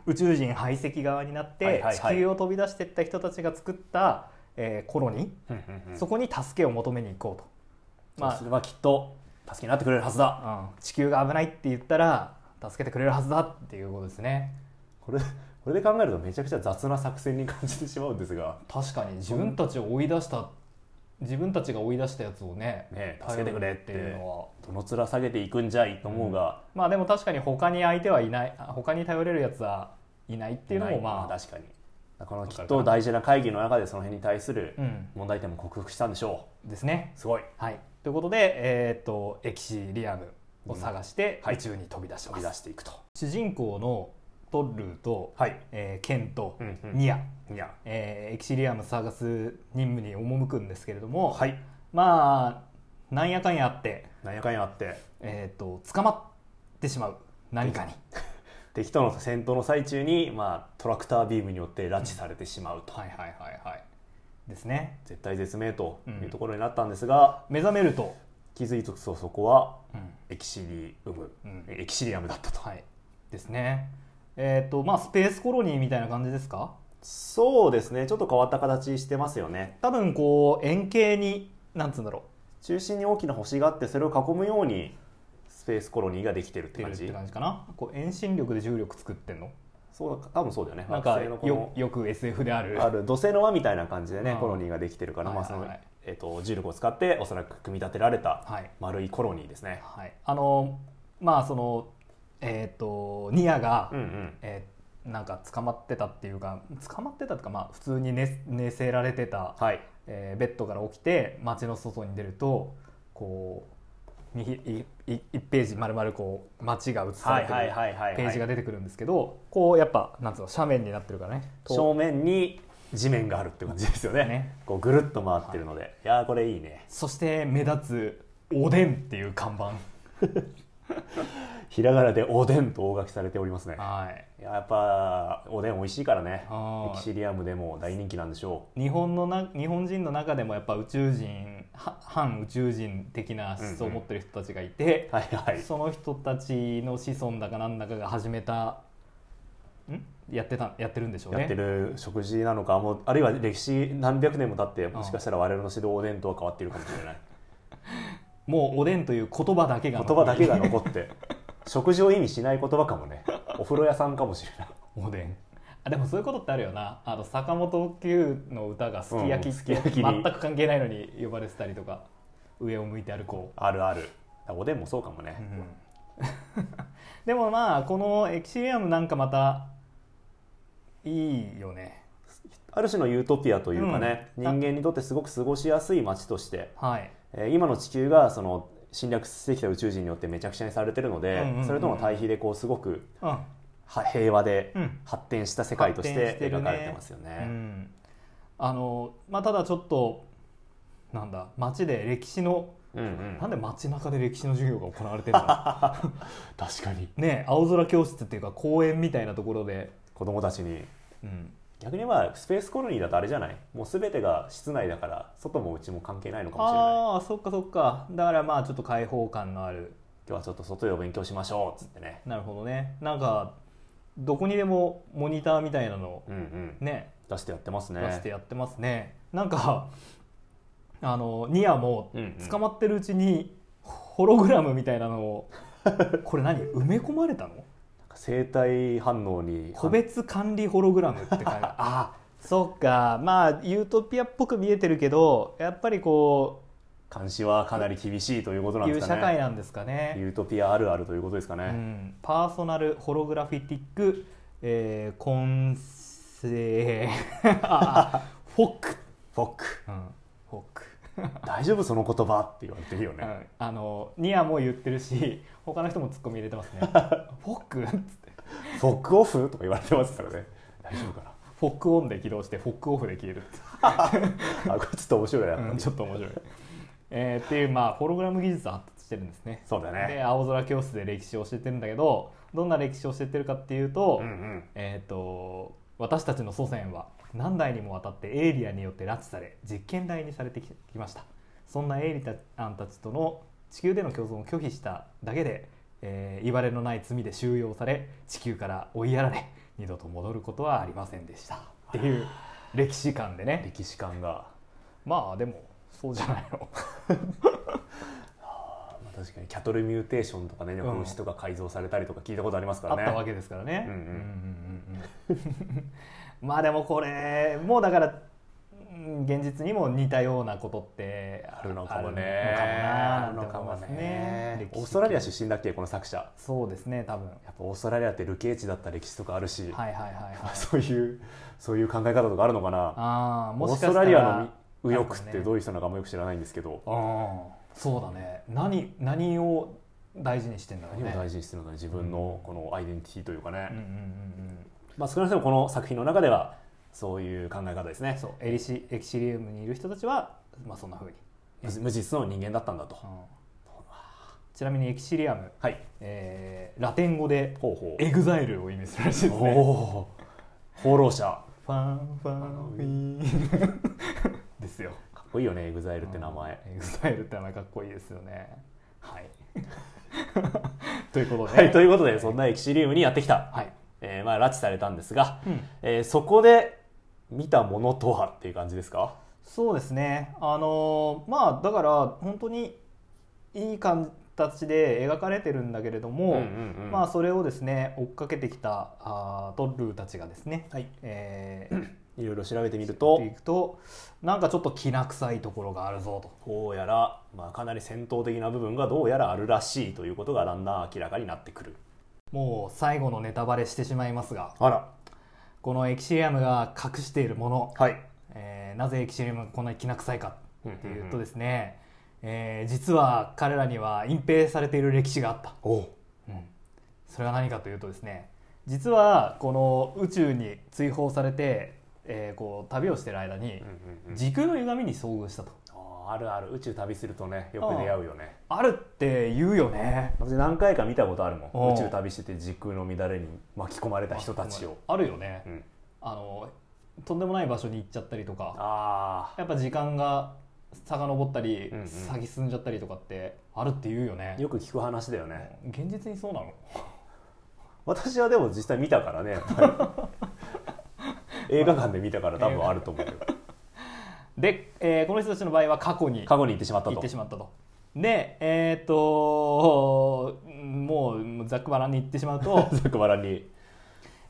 宇宙人排斥側になっ
はい
て
はいはい
地球を飛び出していった人たちが作った、えーコロニ
うんうんう
ー
ん
そこに助けを求めに行こうと。ま
ま
あ
あそれはきっと助けになってくれるはずだ
うん地球が危ないって言ったら助けてくれるはずだっていうことですね
これこれで考えるとめちゃくちゃ雑な作戦に感じてしまうんですが
確かに自分たちを追い出した自分たちが追い出したやつをね
ねえ助けてくれって
頼るっていうのは
どの面下げていくんじゃいと思うが、
まあでも確かに他に相手はいないあ他に頼れるやつはいないっていうのもま
な
あ
い確かにこのきっ
わかるか
と
な
大事な会議の中でその辺に対する
うん
問題点も克服したんでしょ
ですね
うすごい
はいということでえーっとエキシリアムを探して
うんはい
宇宙に飛び出し
飛
ま
び
す、
出していくと
主人公のトッルーと、
はい
えーケンと
うんうん
ニア、
いや
えーエキシリアム探す任務に赴くんですけれども、
はい
まあなんやかんやあって、
なんやかんやあって
えー、と捕まってしまう何かに
敵との戦闘の最中に、まあ、トラクタービームによって拉致されてしまうと、
はいはいはいはいですね
絶対絶命と
うん
いうところになったんですが、
目覚めると、
気づいたとそこは
うん
エキシリウム、
うん
エキシリアムだったと、
はいですねえっ、とまあスペースコロニーみたいな感じですか
そうですねちょっと変わった形してますよね
多分こう円形になんつうんだろ
中心に大きな星があってそれを囲むようにスペースコロニーができてるっ
うっててる
感
っ
じ
て感じかなこう遠心力で重力作ってんの
そう多分そうだよね
なんか
惑星のこの
よよく SF である
ある土星の輪みたいな感じでね
うん
コロニーができてるから、まあその
はいはいはい
えっと重力を使っておそらく組み立てられた
はい
丸いコロニーですね。
はいあのまあそのえっ、とニアが、
うんうん
えーなんか捕まってたっていうか捕まってたとかまあ普通に寝寝せられてた、
はい、
えーベッドから起きて街の外に出るとこう右いい1ページ丸々こう街が映さ
は
れ
い
て
はい
る
はいはいはい
ページが出てくるんですけど、こうやっぱなんつうの斜面になってるからね
正面に地面があるって感じですよね
ね
こうぐるっと回ってるので、い、やーこれいいね
そして目立つ「おでん」っていう看板
ひらがなでおでんと大書きされておりますね
はい
いややっぱおでん美味しいからね
は
エ
い
キシリアムでも大人気なんでしょ
日本のな日本人の中でもやっぱ宇宙人は反宇宙人的な思想を持ってる人たちがいて、
うはいはい
その人たちの子孫だかなんだかが始めたんやってたやってるんでしょうね
やってる食事なのかもうあるいは歴史何百年も経ってもしかしたら我々の指導おでんとは変わってるかもしれない
もうおでんという言葉だけが
言葉だけが
残る
残って食事を意味しない言葉かもねお風呂屋さんかもしれない
おでんあでもそういうことってあるよなあの坂本九の歌がすき焼
う
きって、
んすき焼きに
全く関係ないのに呼ばれてたりとか上を向いて歩こ
あるあるおでんもそうかも
う、う
ね、
ん でもまあこのエキシリアムなんかまたいいよね
ある種のユートピアというかね、
うん
人間にとってすごく過ごしやすい街として、
はい
えー今の地球がその侵略してきた宇宙人によってめちゃくちゃにされてるので、
うんうんうんうん
それとの対比でこうすごく
うん
は平和で
うん
発展した世界として
発展してるね
描かれてますよね。
うん、あのまあただちょっとなんだ街で歴史の、
うんうん
なんで街中で歴史の授業が行われてるん だ
確かに
ねえ青空教室っていうか公園みたいなところで、
子供たちに
うん、
逆にまあスペースコロニーだとあれじゃないもう全てが室内だから外もうちも関係ないのかもしれない。
ああそっかそっかだからまあちょっと開放感のある
今日はちょっと外でお勉強しましょうっつってね
なるほどねなんかどこにでもモニターみたいなの
うんうん
ね
出してやってますね
出してやってますねなんかあのニアも
うんうん
捕まってるうちにホログラムみたいなの をこれ何埋め込まれたの
生体反応に
個別管理ホログラムって感じあ あそっかまあユートピアっぽく見えてるけどやっぱりこ
監視はかなり厳しいということ
う、
なん
い
で
う
すか
社
ね
会なんですかね
ユートピアあるあるということですか
う
ね、
ん、パーソナルホログラフィティック、えー、コンセ あフォック、
フォック
うん、フォック
大丈夫その言葉って言われてるよ
う
ね、
ん、あのニアも言ってるし 他の人もツッコミ入れてますねフォックっつって
フォックオフとか言われてますからね大丈夫か
フォックオンで起動してフォックオフで消えるって
なあこれちょっと面白いな、
うんちょっと面白い、えーっていうまあプログラム技術は発達してるんですね
そうだね
で青空教室で歴史を教えてるんだけどどんな歴史を教えてるかっていうと、
うんうん
えっ、と私たちの祖先は何代にもわたってエイリアンによって拉致され実験台にされてききましたそんなエイリアンたちとの地球での共存を拒否しただけで、えー、いわれのない罪で収容され地球から追いやられ二度と戻ることはありませんでしたっていう歴史観でね
歴史観が、
まあでもそうじゃないの
まあ確かにキャトルミューテーションとかね
ん
牛とか改造されたりとか聞いたことありますか
あ
らね、
ったわけですからね
うんうん
うんうんうんうん まあでもこれもうだからうん現実にも似たようなことってあ
あるのかもね
あ
あ
る
る
の
の
か
か
も
も
なって思います
ね
歴史的に
オーストラリア出身だっけこの作者
そうですね多分は
やっぱオーストラリアって流刑地だった歴史とかあるし、
いはいはいはい
そういうそういう考え方とかあるのかな
ああもし
オー
かし
ス
た
ト
ら
ラリアの右翼っ
なるほど
て
ね
どういう人なのかあんまよく知らないんですけど、
ああそうだね何何を大事にしてんだろう
何
ね
を大事にしてるのかね自分のこのアイデンティティというかね、
うんうんうんうん
まあ、少なくともこの作品の中ではそういう考え方ですね
そうエリシエキシリウムにいる人たちはまあそんな風に、
無無実の人間だったんだと、
うんちなみにエキシリアム、
はい
えーラテン語で
ほうほう
エグザイルを意味するらしいです
お
ね
お放浪者
ファンファンフィー ンですよ
かっこいいよねエグザイルって名前、
エグザイルって名前かっこいいですよねはい ということで、
はいということでそんなエキシリウムにやってきた、
はい
えーまあ、拉致されたんですが、
うん
えーそこで見たものとはっていう感じですか
そうですねあのーまあだから本当にいい形で描かれてるんだけれども、まあそれをですね追っかけてきたあートルーたちがですね、
はい
えー
いろいろ調べてみる
やっ
と
ていくとなんかちょっときな臭いところがあるぞと
どうやら、まあ、かなり戦闘的な部分がどうやらあるらしいということがだんだん明らかになってくる
もう最後のネタバレしてしまいますが
あら
このエキシリアムが隠しているもの、
はい
えーなぜエキシリアムがこんなにきな臭いかっていうとですすね、えー実は彼らには隠蔽されている歴史があった、
おう
うんそれは何かというとですね実はこの宇宙に追放されて、えーこう旅をしている間に時空の歪みに遭遇したと
あーあるある宇宙旅するとねよく出会うよね
あるって言うよね
私何回か見たことあるも
お
ん
う
宇宙旅してて時空の乱れに巻き込まれた人たちを、
あるよね、
うん
あのとんでもない場所に行っちゃったりとか
あ
やっぱ時間が遡ったり、
うんうん
先進んじゃったりとかってあるって言うよね
あよく聞く話だよね
現実にそうなの
私はでも実際見たからねやっぱ り映画館で見たから多分あると思うけど
で、えーこの人たちの場合は過去に
過去に行ってしまった
行っ
と
てしまったとでえっ、ともうもうざっくばらんに言ってしまう と、
ざっくばらんに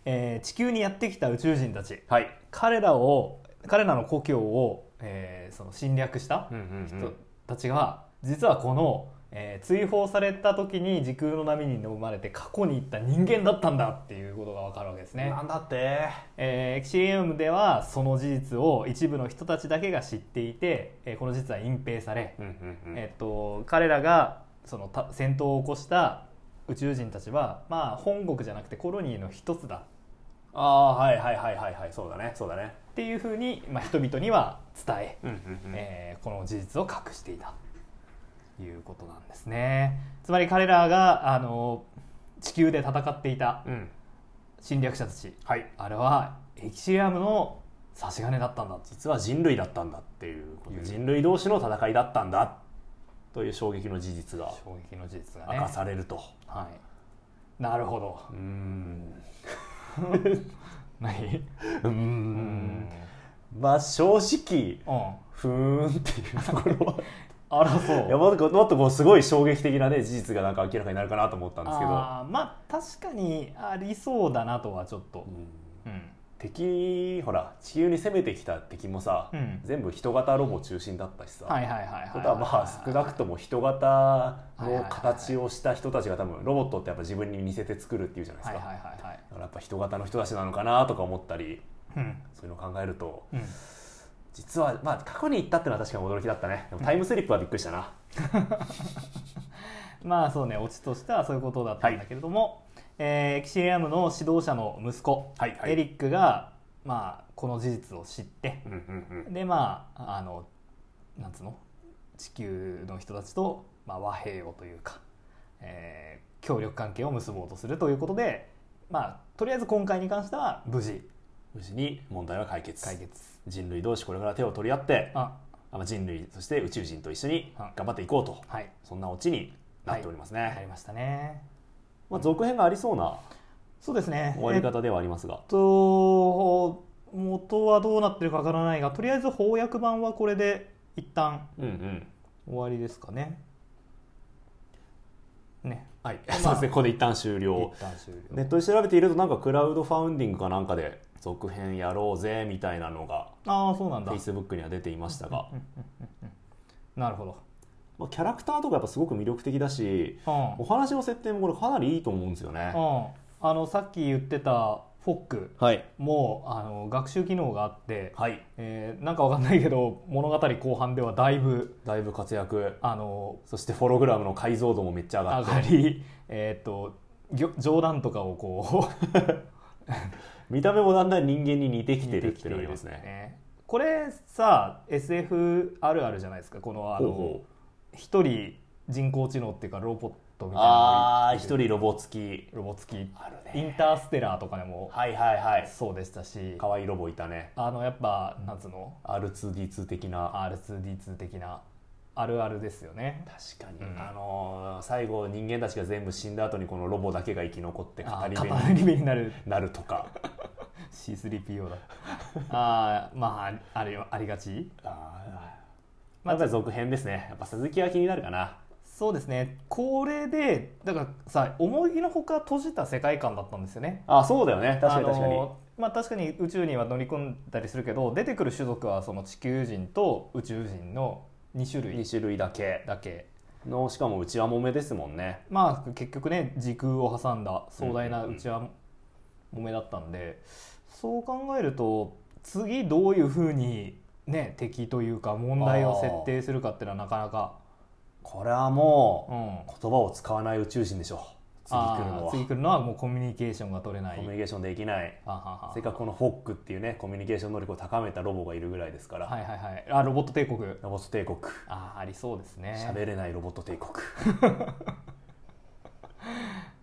えー地球にやってきた宇宙人たち
はい
彼らを彼らの故郷を、えーその侵略した人たちが、実はこの、えー追放された時に時空の波に飲まれて過去に行った人間だったんだっていうことが分かるわけですね
な。んだって
えー、エキシリウムではその事実を一部の人たちだけが知っていて、えーこの事実は隠蔽され、えっと彼らがそのた戦闘を起こした宇宙人たちは、まあ、本国じゃなくてコロニーの一つだ
ああはいはいはいはいはいそうだねそうだね
っていうふうに、まあ、人々には伝え、
え
えーこの事実を隠していたということなんですねつまり彼らがあの地球で戦っていた
うん
侵略者たち
はい
あれはエキシリアムの差し金だったんだって
実は人類だったんだっていうこと
いう
人類同士の戦いだったんだという衝撃の事実が
衝撃の事実がね
明かされると、
はい、なるほど
うーん
何う
うー
ん
んまあ正直ふーんっていうところは
あらそう
いやもっともっとこうすごい衝撃的なね事実がなんか明らかになるかなと思ったんですけど、
あーまあ確かにありそうだなとはちょっと
うん
うん、
敵ほら地球に攻めてきた敵もさ、
うん
全部人型ロボ中心だったしさ、
はいはいはいはいはい
ことはまあ少なくとも人型の形をした人たちが多分ロボットってやっぱ自分に似せて作るっていうじゃないです
はい
か、
はいはいはい
だからやっぱ人型の人たちなのかなとか思ったり
うん
そういうのを考えると
うん
実はまあ過去に行ったっていうのは確かに驚きだったねでもタイムスリップはびっくりしたな、
まあそうねオチとしてはそういうことだったんだけれども、えーエキシリアムの指導者の息子、
はいはい
エリックが、まあ、この事実を知って
うんうん
でまああのなんつうの地球の人たちと、まあ、和平をというか、えー協力関係を結ぼうとするということで、まあ、とりあえず今回に関しては無事
うん、無事に問題は解決
解決。
人類同士これから手を取り合って
あ
あまあ人類そして宇宙人と一緒に
うん
頑張っていこうと
はい
そんなオチになっておりますね、
わかりましたね。
まあ、続編がありそうな
そうですね。
終わり
えっ
方ではありますが、
と元はどうなってるかわからないが、とりあえず翻訳版はこれで一旦
うんうん
終わりですかね。ね。
はい、
あ
そうですねここで一旦終了
一旦終了。
ネットで調べているとなんかクラウドファウンディングかなんかで続編やろうぜみたいなのが
ああ、そうなんだ。
Facebook には出ていましたが
うんうんうんうんなるほど。
まあ、キャラクターとかやっぱすごく魅力的だし
うん
お話の設定もこれかなりいいと思うんですよね。
うん。あのさっき言ってたフォック
はい、
もあの学習機能があって、
はい、
えーなんかわかんないけど物語後半ではだいぶ
だいぶ活躍
あの
そしてフォログラムの解像度もめっちゃ上が
上
って
がり、えー、とぎょ冗談とかをこう
見た目もだんだん人間に似てきてる
出
っていうのがありますね。
これさ SF あるあるじゃないですかこのあ
ほう
の
ほう
一人人工知能っていうかロボットみたいな
あー一人ロボ付き
ロボ付き
ある
イ
ね
ンターステラーとかでも
はいはいはい
そうでしたし
可愛いロボいたね
あのやっぱなんつうの
R2D2 的な
R2D2 的なあるあるですよね
確かに、
うん
あのー最後人間たちが全部死んだ後にこのロボだけが生き残って語
あ
り
ー
部に
語り部になる
なるとか
C3PO だ あーまああれはありがち
あーまあやっぱり続編ですねやっぱ鈴木は気になるかな
そうですねこれでだからさ思いのほか閉じた世界観だったんですよね
あそうだよね確かに確かに、
あのまあ、確かに宇宙には乗り込んだりするけど出てくる種族はその地球人と宇宙人の2種類
2種類だけ
だけ
のしかもうちわもめですもんね
まあ結局ね時空を挟んだ壮大なうちはもめだったんでそう考えると次どういうふうに、ね、敵というか問題を設定するかっていうのはなかなか、
これはも
う
う、
ん、
言葉を使わない宇宙人でしょ次来るの
あー
は
次来るのはもうコミュニケーションが取れない
コミュニケーションできない
ははは
せっかくこのフォックっていうねコミュニケーション能力を高めたロボがいるぐらいですから、
はいはいはいあロボット帝国
ロボット帝国
あーありそうですね
喋れないロボット帝国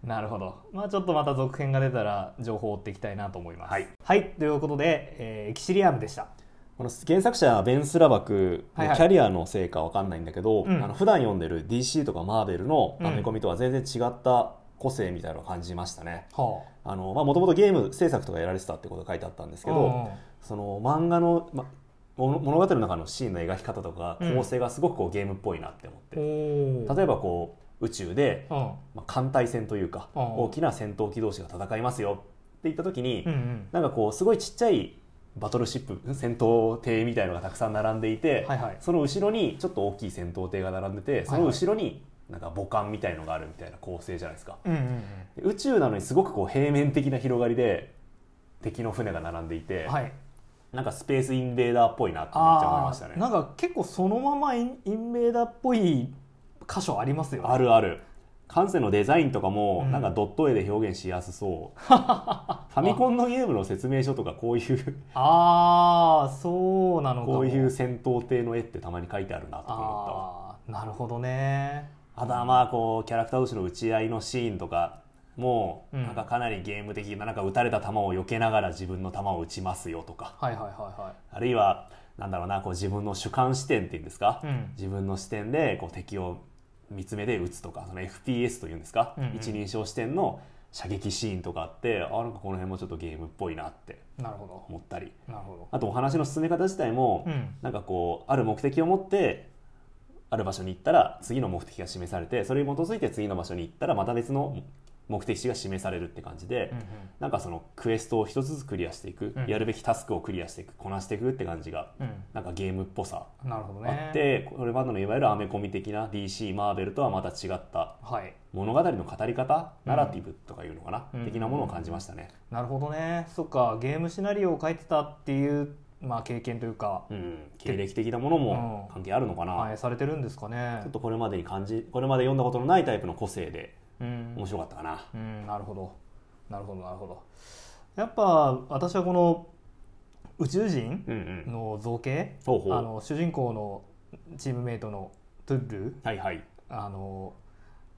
なるほどまあちょっとまた続編が出たら情報を追っていきたいなと思います
はい、
ということで、えーエキシリアムでした
この原作者はベン・スラバクの
はいはい
キャリアのせいかわかんないんだけど、
うん
あの普段読んでる DC とかマーベルの
うん
アメコミとは全然違った個性みたいなのを感じましたね。
は
あのまあもともとゲーム制作とかやられてたってことが書いてあったんですけど、その漫画の、ま、物物語の中のシーンの描き方とか
うん
構成がすごくこうゲームっぽいなって思って、
お
例えばこう宇宙で、
うん
まあ、艦隊戦というか、
うん
大きな戦闘機同士が戦いますよって言った時に、
うんうん
なんかこうすごいちっちゃいバトルシップ戦闘艇みたいのがたくさん並んでいて、
はいはい
その後ろにちょっと大きい戦闘艇が並んでてその後ろになんか母艦みたいのがあるみたいな構成じゃないですか
うんうんうん
で宇宙なのにすごくこう平面的な広がりで敵の船が並んでいて、
はい、
なんかスペースインベーダーっぽいなってめっちゃ思いま
あ
したね
ーなんか結構そのままインインベーダーっぽい箇所ありますよね
あるある関西のデザインとかも
うん
なんかドット絵で表現しやす そう、ファミコンのゲームの説明書とかこう いう
あーそうなのかも
こういう戦闘艇の絵ってたまに書いてあるなとか思ったわ
ああなるほどね
あとはまあこうキャラクター同士の打ち合いのシーンとかも
うん
なんかかなりゲーム的ななんか打たれた球を避けながら自分の球を打ちますよとか
はいはいは
あるいはなんだろうなこう自分の主観視点っていうんですか、
いはいうん
自分の視点でこう敵を見つめで打つとかその FPS というんですか、
うんうん
一人称視点の射撃シーンとかあってあなんかこの辺もちょっとゲームっぽいなって
なるほ
思ったり
どなるほ
あとお話の進め方自体も、
どうん
なんかこうある目的を持ってある場所に行ったら次の目的が示されてそれに基づいて次の場所に行ったらまた別の目的地が示されるって感じで、
うんうん
なんかそのクエストを一つずつクリアしていく、
うん
やるべきタスクをクリアしていくこなしていくって感じが
うん
なんかゲームっぽさ
なるほどね
あって、これまでのいわゆるアメコミ的な DC マーベルとはまた違った
はい
物語の語り方、
うん
ナラティブとかいうのかな、
うん
的なものを感じましたね。
なるほどねそっかゲームシナリオを書いてたっていうまあ、経験というか、
うん、経歴的なものも
うん
関係あるのかな、
反映されてるんですかね
ちょっ。とこれまでに感じこれまで読んだことのないタイプの個性で
うん
面白かったかな、
うん、なるほどなるほどなるほどやっぱ私はこの宇宙人
うんうん
の造形、
ほうほう
あの主人公のチームメイトのトゥッル
はいはい
あの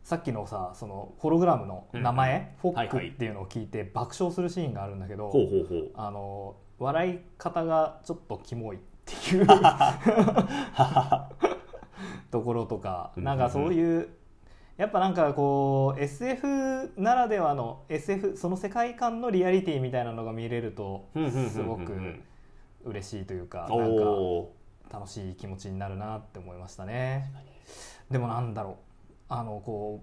さっきのさそのホログラムの名前、
うん
フォッ
はいは
ク
い
っていうのを聞いて爆笑するシーンがあるんだけど、
ほうほうほう
あの笑い方がちょっとキモいっ ていうところとか
うん
なんかそういうやっぱなんかこう SF ならではの SF その世界観のリアリティみたいなのが見れると
うんうんうんうんうん
すごく嬉しいというかなんか
おお
楽しい気持ちになるなって思いましたね。でもなんだろうあのこ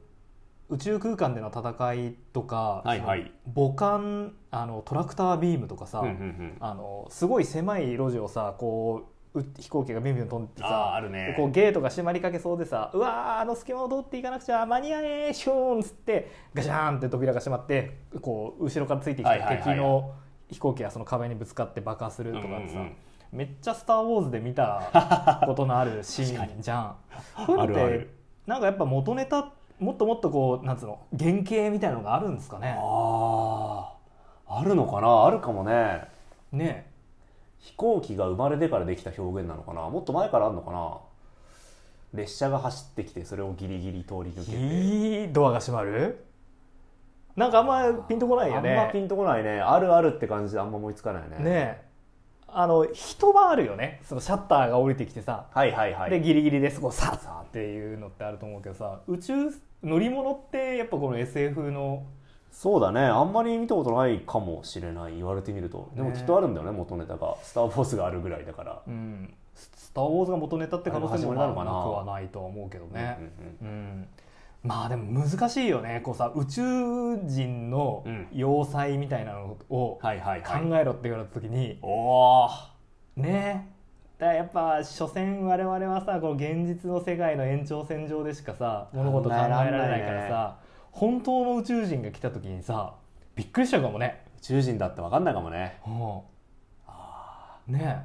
う宇宙空間での戦いとか、
はいはい
その母艦あのトラクタービームとかさ、
うんうんうん
あのすごい狭い路地をさこうう飛行機がビュンビュン飛んで
あー
さ
あるね
こうゲートが閉まりかけそうでさうわーあの隙間を通っていかなくちゃ間に合えーシューンっつってガシャーンって扉が閉まってこう後ろからついてきた
はいはいはい
敵の飛行機がその壁にぶつかって爆破するとかってさ、
うんうんうん
めっちゃ「スター・ウォーズ」で見たことのあるシーンじゃん。こういうのって
あるある
なんかやっぱ元ネタもっともっとこうなんつうの原型みたいなのがあるんですかね。
あああるのかなあるかもね
ねえ
飛行機が生まれてからできた表現なのかなもっと前からあるのかな列車が走ってきてそれをギリギリ通り抜けて
いいドアが閉まるなんかあんまピンとこないよね
あんまピンとこないねあるあるって感じであんま思いつかないね
ねえあの人はあるよねそのシャッターが降りてきてさ、
はいはいはい
でギリギリですごいさあさあっていうのってあると思うけどさ宇宙乗り物ってやっぱこの SF の
そうだねあんまり見たことないかもしれない言われてみるとでも
ね
きっとあるんだよね元ネタが「スター・フォース」があるぐらいだから、
うん「ススター・ウォーズ」が元ネタって可能性も
あれも始まりなのか
な
な
くはないとは思うけどね、
うん
うんまあでも難しいよねこうさ宇宙人の
うん
要塞みたいなのを考
はいはいはい
えろって言われた時に、
おー
ねだからやっぱ所詮我々はさこの現実の世界の延長線上でしかさ物事考えら
考
れないから
えられない
さ本当の宇宙人が来た時にさびっくりしちゃうかもね。
宇宙人だって分かんないかもね
うん、ね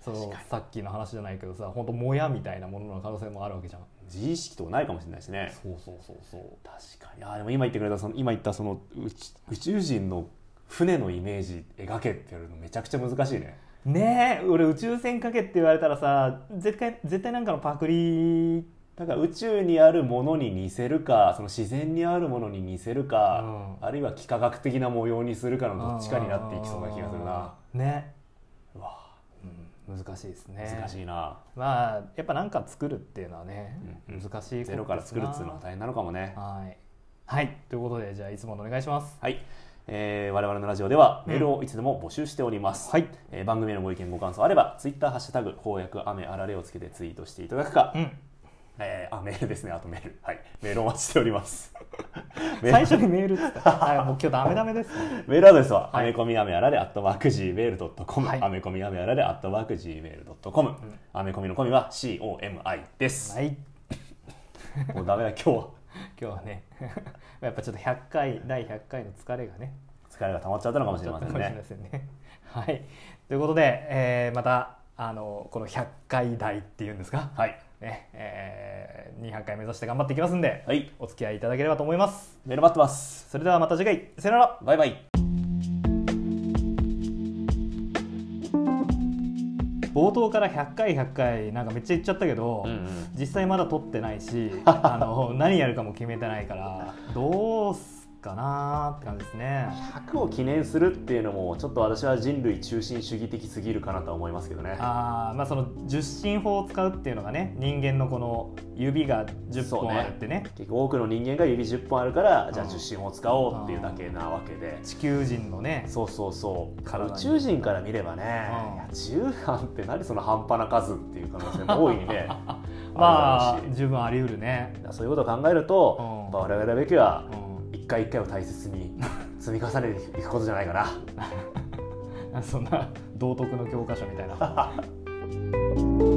そうさっきの話じゃないけどさ本当もやみたいなものの可能性もあるわけじゃん。
自意識とかないかもしれないしね
そうそうそうそう
確かにあーでも今言ってくれたその今言ったその宇宙宇宙人の船のイメージ描けってやるのめちゃくちゃ難しいね
ねえ俺宇宙船かけって言われたらさ絶対絶対なんかのパクリ
だから宇宙にあるものに似せるかその自然にあるものに似せるか、
うん
あるいは幾何学的な模様にするかのどっちかになっていきそうな気がするな
ね
うわ
うん難しいですね
難しいな、
まあやっぱ何か作るっていうのはね、
うんうん
難しいこと
ゼロから作るっていうのは大変なのかもね
はい、はい、ということでじゃあいつものお願いします
はい、えー、我々のラジオではメールをいつでも募集しております、
はい
えー番組へのご意見ご感想あればツイッターハッシュタグ翻訳雨あられをつけてツイートしていただくか、
うん
えーあメールですねあとメールはいメールをお待ちしております メー
最
ル
初にメールっつった はいもう今日ダメダメですね
メールアドレスは、
はい
アメコミアメあられアットマーク Gmail.com、
はい
アメコミアメあられアットマーク Gmail.com、アメコミのコミは COMI です、
はい
もうダメだ今日は
今日はね やっぱちょっと100回第100回の疲れがね
疲れが溜まっちゃったのかもしれません
ちょっとかもしれ
ね
ませんねはいということで、えーまたあのこの100回台っていうんですか
はい、
ねえー、200回目指して頑張っていきますんで、
はい、
お付き合いいただければと思います
メール待ってます
それではまた次回さよなら
バイバイ
冒頭から100回100回なんかめっちゃ言っちゃったけど、
うんうん
実際まだ撮ってない しあの何やるかも決めてないからどうすっかなーって感じですね
100を記念するっていうのもちょっと私は人類中心主義的すぎるかなとは思いますけどね
あーまあその十進法を使うっていうのがね人間のこの指が10
そう
本
ね
あるってね
結局多くの人間が指10本あるからじゃあ
うん
10進を使おうっていうだけなわけで
地球人のね
そうそうそう
体に
宇宙人から見ればねいや10班って何その半端な数っていう可能性も大いに ね
ま
あ
あ
るだろうし
十分あり得るね、
そういうことを考えると
うん
やっぱ我々べきは
う
一回一回を大切に積み重ねていくことじゃないかな。
ん、そんな道徳の教科書みたいな